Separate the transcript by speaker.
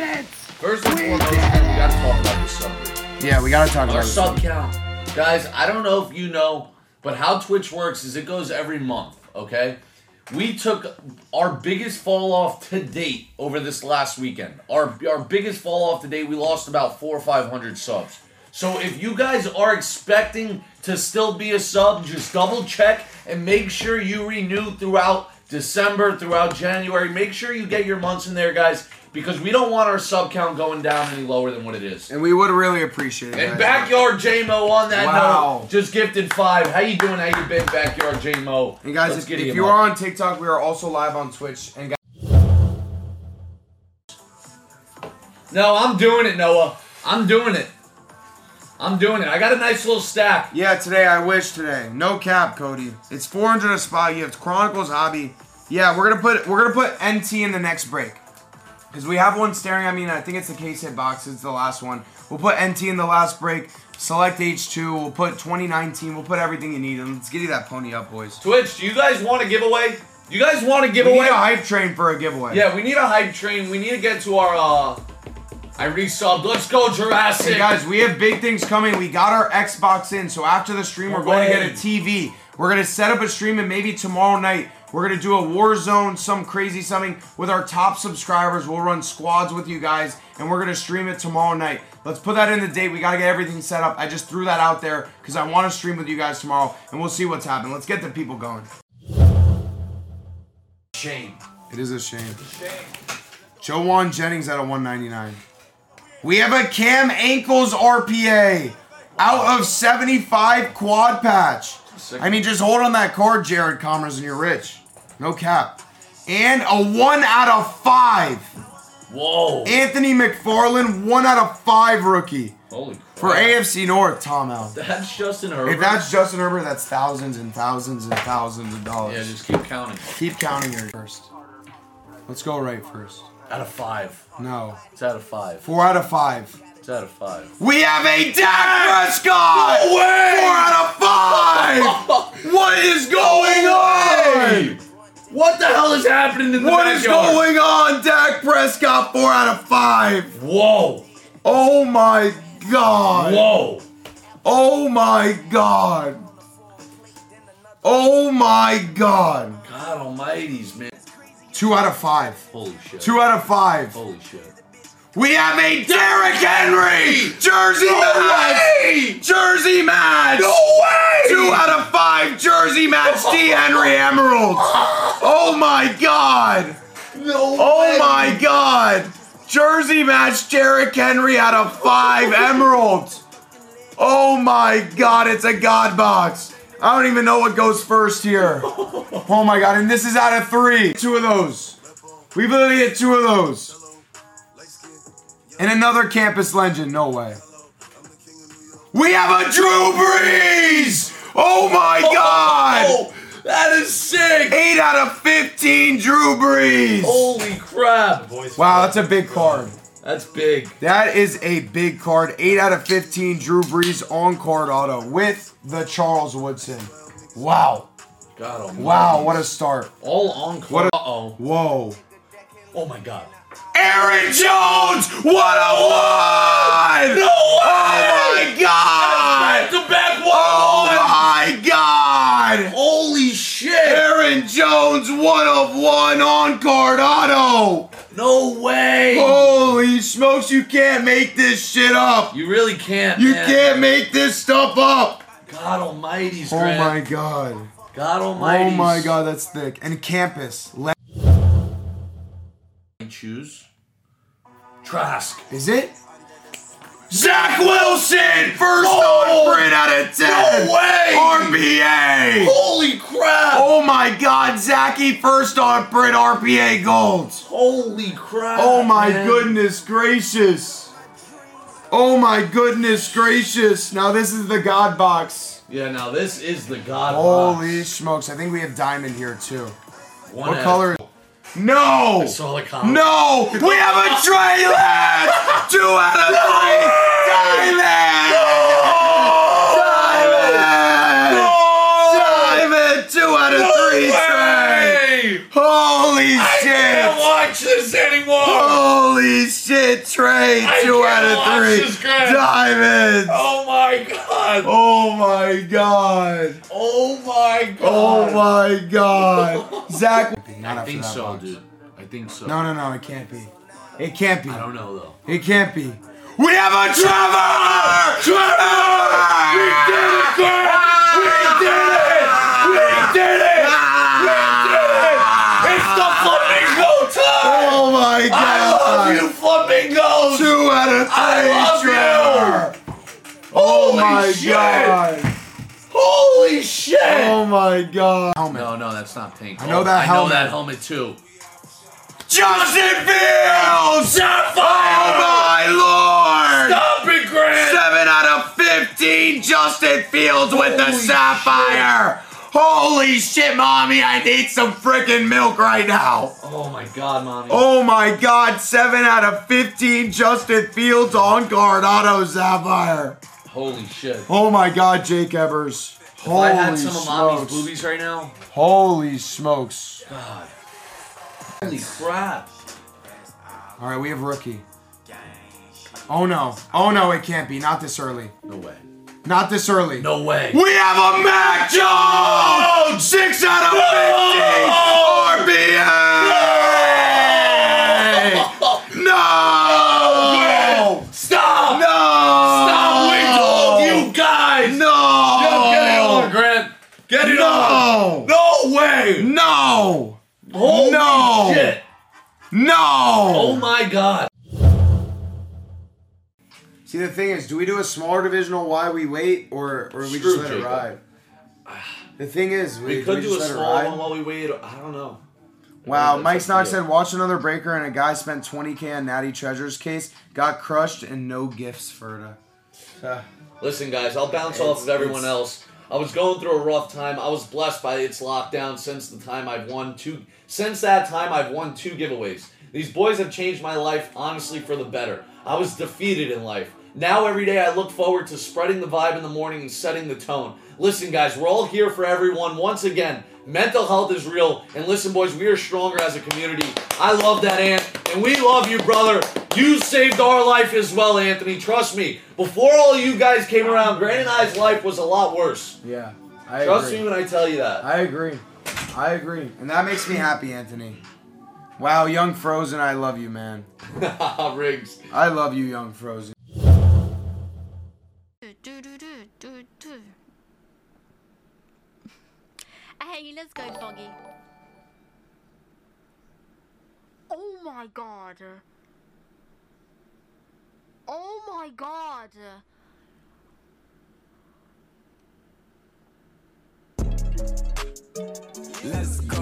Speaker 1: First and foremost, we gotta talk about the subject.
Speaker 2: Yeah, we gotta talk
Speaker 1: Our
Speaker 2: about this.
Speaker 1: sub count. Guys, I don't know if you know, but how Twitch works is it goes every month, okay? We took our biggest fall off to date over this last weekend. Our our biggest fall off to date, we lost about four or five hundred subs. So if you guys are expecting to still be a sub, just double check and make sure you renew throughout December, throughout January. Make sure you get your months in there, guys, because we don't want our sub count going down any lower than what it is.
Speaker 2: And we would really appreciate it.
Speaker 1: And backyard JMO on that
Speaker 2: Wow.
Speaker 1: note, just gifted five. How you doing? How you been, backyard JMO?
Speaker 2: And guys,
Speaker 1: Let's
Speaker 2: if,
Speaker 1: get
Speaker 2: if
Speaker 1: him
Speaker 2: you
Speaker 1: up.
Speaker 2: are on TikTok, we are also live on Twitch. And guys,
Speaker 1: no, I'm doing it, Noah. I'm doing it. I'm doing it. I got a nice little stack.
Speaker 2: yeah, today I wish today. No cap, Cody. It's 400 a spot. You have Chronicles Hobby. Yeah, we're gonna put we're gonna put NT in the next break. Because we have one staring at me, and I think it's the case hit box. It's the last one. We'll put NT in the last break. Select H2. We'll put 2019. We'll put everything you need. And let's get you that pony up, boys.
Speaker 1: Twitch, do you guys want a giveaway? You guys want a
Speaker 2: We need
Speaker 1: giveaway?
Speaker 2: a hype train for a giveaway.
Speaker 1: yeah, we need a hype train. We need to get to our. uh I resubbed. Let's go, Jurassic.
Speaker 2: Hey guys, we have big things coming. We got our Xbox in, so after the stream, we're going to get a TV. We're going to set up a stream, and maybe tomorrow night, we're going to do a Warzone, some crazy something with our top subscribers. We'll run squads with you guys, and we're going to stream it tomorrow night. Let's put that in the date. We got to get everything set up. I just threw that out there because I want to stream with you guys tomorrow, and we'll see what's happening. Let's get the people going.
Speaker 1: Shame.
Speaker 2: It is a shame. Joe Juan Jennings at a 199. We have a Cam Ankles RPA out of 75 quad patch. I mean, just hold on that card, Jared Commerce, and you're rich. No cap. And a one out of five.
Speaker 1: Whoa.
Speaker 2: Anthony McFarland, one out of five rookie.
Speaker 1: Holy crap.
Speaker 2: For AFC North, Tom Allen.
Speaker 1: That's Justin Herbert.
Speaker 2: If that's Justin Herbert, that's thousands and thousands and thousands of dollars.
Speaker 1: yeah, just keep counting.
Speaker 2: Keep counting your first. Let's go right first.
Speaker 1: Out of five.
Speaker 2: No.
Speaker 1: It's out of five.
Speaker 2: Four out of five.
Speaker 1: It's out of five.
Speaker 2: We have a Dak Prescott!
Speaker 1: No way!
Speaker 2: Four out of five!
Speaker 1: What is going on? What the hell is happening in the
Speaker 2: what is
Speaker 1: backyard?
Speaker 2: going on, Dak Prescott? Four out of five!
Speaker 1: Whoa!
Speaker 2: Oh my god!
Speaker 1: Whoa!
Speaker 2: Oh my god! Oh my god!
Speaker 1: God Almighty's man!
Speaker 2: Two out of five.
Speaker 1: Holy shit!
Speaker 2: Two out of five.
Speaker 1: Holy shit!
Speaker 2: We have a Derrick Henry! Jersey
Speaker 1: No
Speaker 2: match!
Speaker 1: way!
Speaker 2: Jersey match!
Speaker 1: way!
Speaker 2: Two out of five jersey match D. Henry Emeralds. Oh my god.
Speaker 1: No
Speaker 2: Oh
Speaker 1: way.
Speaker 2: my god. Jersey match Derrick Henry out of five emeralds. Oh my god, it's a god box. I don't even know what goes first here. Oh my god, and this is out of three. Two of those. We've literally hit two of those. And another campus legend, no way. We have a Drew Brees! Oh my god!
Speaker 1: Oh, that is sick!
Speaker 2: Eight out of 15 Drew Brees!
Speaker 1: Holy crap!
Speaker 2: Wow, that's a big card.
Speaker 1: That's big.
Speaker 2: That is a big card. 8 out of 15 Drew Brees on card auto with the Charles Woodson. Wow.
Speaker 1: God Almighty!
Speaker 2: Wow, what a start.
Speaker 1: All on
Speaker 2: What
Speaker 1: call.
Speaker 2: a-
Speaker 1: oh!
Speaker 2: Whoa.
Speaker 1: Oh my God!
Speaker 2: Aaron Jones! What a one!
Speaker 1: No way!
Speaker 2: Oh my
Speaker 1: Back
Speaker 2: god!
Speaker 1: to back one.
Speaker 2: Oh my god!
Speaker 1: Holy shit!
Speaker 2: Aaron Jones, one of one on card auto!
Speaker 1: No way!
Speaker 2: Holy smokes, you can't make this shit up!
Speaker 1: You really can't.
Speaker 2: You
Speaker 1: man.
Speaker 2: can't make this stuff up!
Speaker 1: God Almighty's.
Speaker 2: Oh
Speaker 1: Grant.
Speaker 2: my god.
Speaker 1: God Almighty.
Speaker 2: Oh my god, that's thick. And campus. Le-
Speaker 1: Choose. Trask.
Speaker 2: Is it? Zach Wilson! First
Speaker 1: Oh!
Speaker 2: on print out of 10!
Speaker 1: No way!
Speaker 2: RPA!
Speaker 1: Holy crap!
Speaker 2: Oh my god, Zachy first on print RPA golds!
Speaker 1: Holy crap!
Speaker 2: Oh my
Speaker 1: man.
Speaker 2: goodness gracious! Oh my goodness gracious! Now this is the God box.
Speaker 1: Yeah, now this is the God.
Speaker 2: Holy smokes, I think we have diamond here too.
Speaker 1: box. One
Speaker 2: What
Speaker 1: out.
Speaker 2: color is No!
Speaker 1: I saw the color.
Speaker 2: No! We have a Trey Lance! Two out of three! Diamond! Diamond! Diamond! Two out of three, Trey!
Speaker 1: Hey!
Speaker 2: Holy
Speaker 1: I can't
Speaker 2: shit! Oh!
Speaker 1: watch this anymore.
Speaker 2: Holy shit, Trey!
Speaker 1: I
Speaker 2: Two
Speaker 1: can't
Speaker 2: out
Speaker 1: watch
Speaker 2: of three
Speaker 1: this crap.
Speaker 2: diamonds. Oh.
Speaker 1: Oh my god.
Speaker 2: my god!
Speaker 1: Oh my god.
Speaker 2: Oh my god! Zach, Not
Speaker 1: I
Speaker 2: after
Speaker 1: think
Speaker 2: that
Speaker 1: so,
Speaker 2: box.
Speaker 1: dude. I think so.
Speaker 2: No, no, no! It can't be. It can't be.
Speaker 1: I don't know though.
Speaker 2: It can't be. We have a Trevor! Trevor! We did it, Grant! We did it! We did it! We did it!
Speaker 1: It's the flamingo time.
Speaker 2: Oh my god!
Speaker 1: I love you, flamingos.
Speaker 2: Two out of three,
Speaker 1: I love
Speaker 2: Trevor! Oh
Speaker 1: Holy
Speaker 2: my
Speaker 1: shit.
Speaker 2: god!
Speaker 1: Holy shit.
Speaker 2: Oh my god!
Speaker 1: No, no, that's not Tank.
Speaker 2: I know that
Speaker 1: I
Speaker 2: helmet.
Speaker 1: know that helmet too.
Speaker 2: Justin Fields!
Speaker 1: Shot
Speaker 2: Oh my lord!
Speaker 1: Stop it, Grant.
Speaker 2: Seven out of fifteen. Justin Fields with the
Speaker 1: Holy
Speaker 2: sapphire. Holy shit, mommy! I need some freaking milk right now.
Speaker 1: Oh my god, mommy.
Speaker 2: Oh my God! Seven out of fifteen. Justin Fields on Coronado sapphire.
Speaker 1: Holy shit.
Speaker 2: Oh my God, Jake Evers.
Speaker 1: If
Speaker 2: Holy
Speaker 1: I had some of mommy's
Speaker 2: smokes!
Speaker 1: boobies right now.
Speaker 2: Holy smokes!
Speaker 1: God. Holy crap.
Speaker 2: All right, we have rookie. Oh no! Oh no! It can't be. Not this early.
Speaker 1: No way.
Speaker 2: Not this early.
Speaker 1: No way. Oh,
Speaker 2: We have a Mac Jones! Six out of 50! RBA! No!
Speaker 1: Stop!
Speaker 2: No!
Speaker 1: Stop! We told you guys! Get it on,
Speaker 2: No!
Speaker 1: Grant! Get it on!
Speaker 2: No!
Speaker 1: No way!
Speaker 2: No!
Speaker 1: Holy
Speaker 2: No.
Speaker 1: shit! Oh
Speaker 2: No!
Speaker 1: my god!
Speaker 2: See, the thing is, do we do a smaller divisional while we wait, or, or we
Speaker 1: Screw
Speaker 2: just let it
Speaker 1: Jacob.
Speaker 2: ride? The thing is, we,
Speaker 1: We could
Speaker 2: we
Speaker 1: do a
Speaker 2: just let it
Speaker 1: small
Speaker 2: ride?
Speaker 1: one while we wait. I don't know.
Speaker 2: Wow,
Speaker 1: That's
Speaker 2: Mike
Speaker 1: up to
Speaker 2: Snock
Speaker 1: you.
Speaker 2: said, watch another breaker and a guy spent 20k on Natty Treasure's case, got crushed, and no gifts for it. Uh,
Speaker 1: Listen, guys, I'll bounce off of
Speaker 2: It's-
Speaker 1: everyone
Speaker 2: it's-
Speaker 1: else. I was going through a rough time. I was blessed by its lockdown since the time I've won two. Since that time, I've won two giveaways. These boys have changed my life, honestly, for the better. I was defeated in life. Now, every day, I look forward to spreading the vibe in the morning and setting the tone. Listen, guys, we're all here for everyone. Once again, mental health is real. And listen, boys, we are stronger as a community. I love that, Ant. And we love you, brother. You saved our life as well, Anthony. Trust me. Before all you guys came around, Grant and I's life was a lot worse.
Speaker 2: yeah, I
Speaker 1: Trust
Speaker 2: agree.
Speaker 1: me when I tell you that.
Speaker 2: I agree. I agree. And that makes me happy, Anthony. Wow, Young Frozen, I love you, man.
Speaker 1: Riggs.
Speaker 2: I love you, Young Frozen.
Speaker 3: Hey, let's go, Foggy. Oh my god. Oh my god.
Speaker 4: Let's go.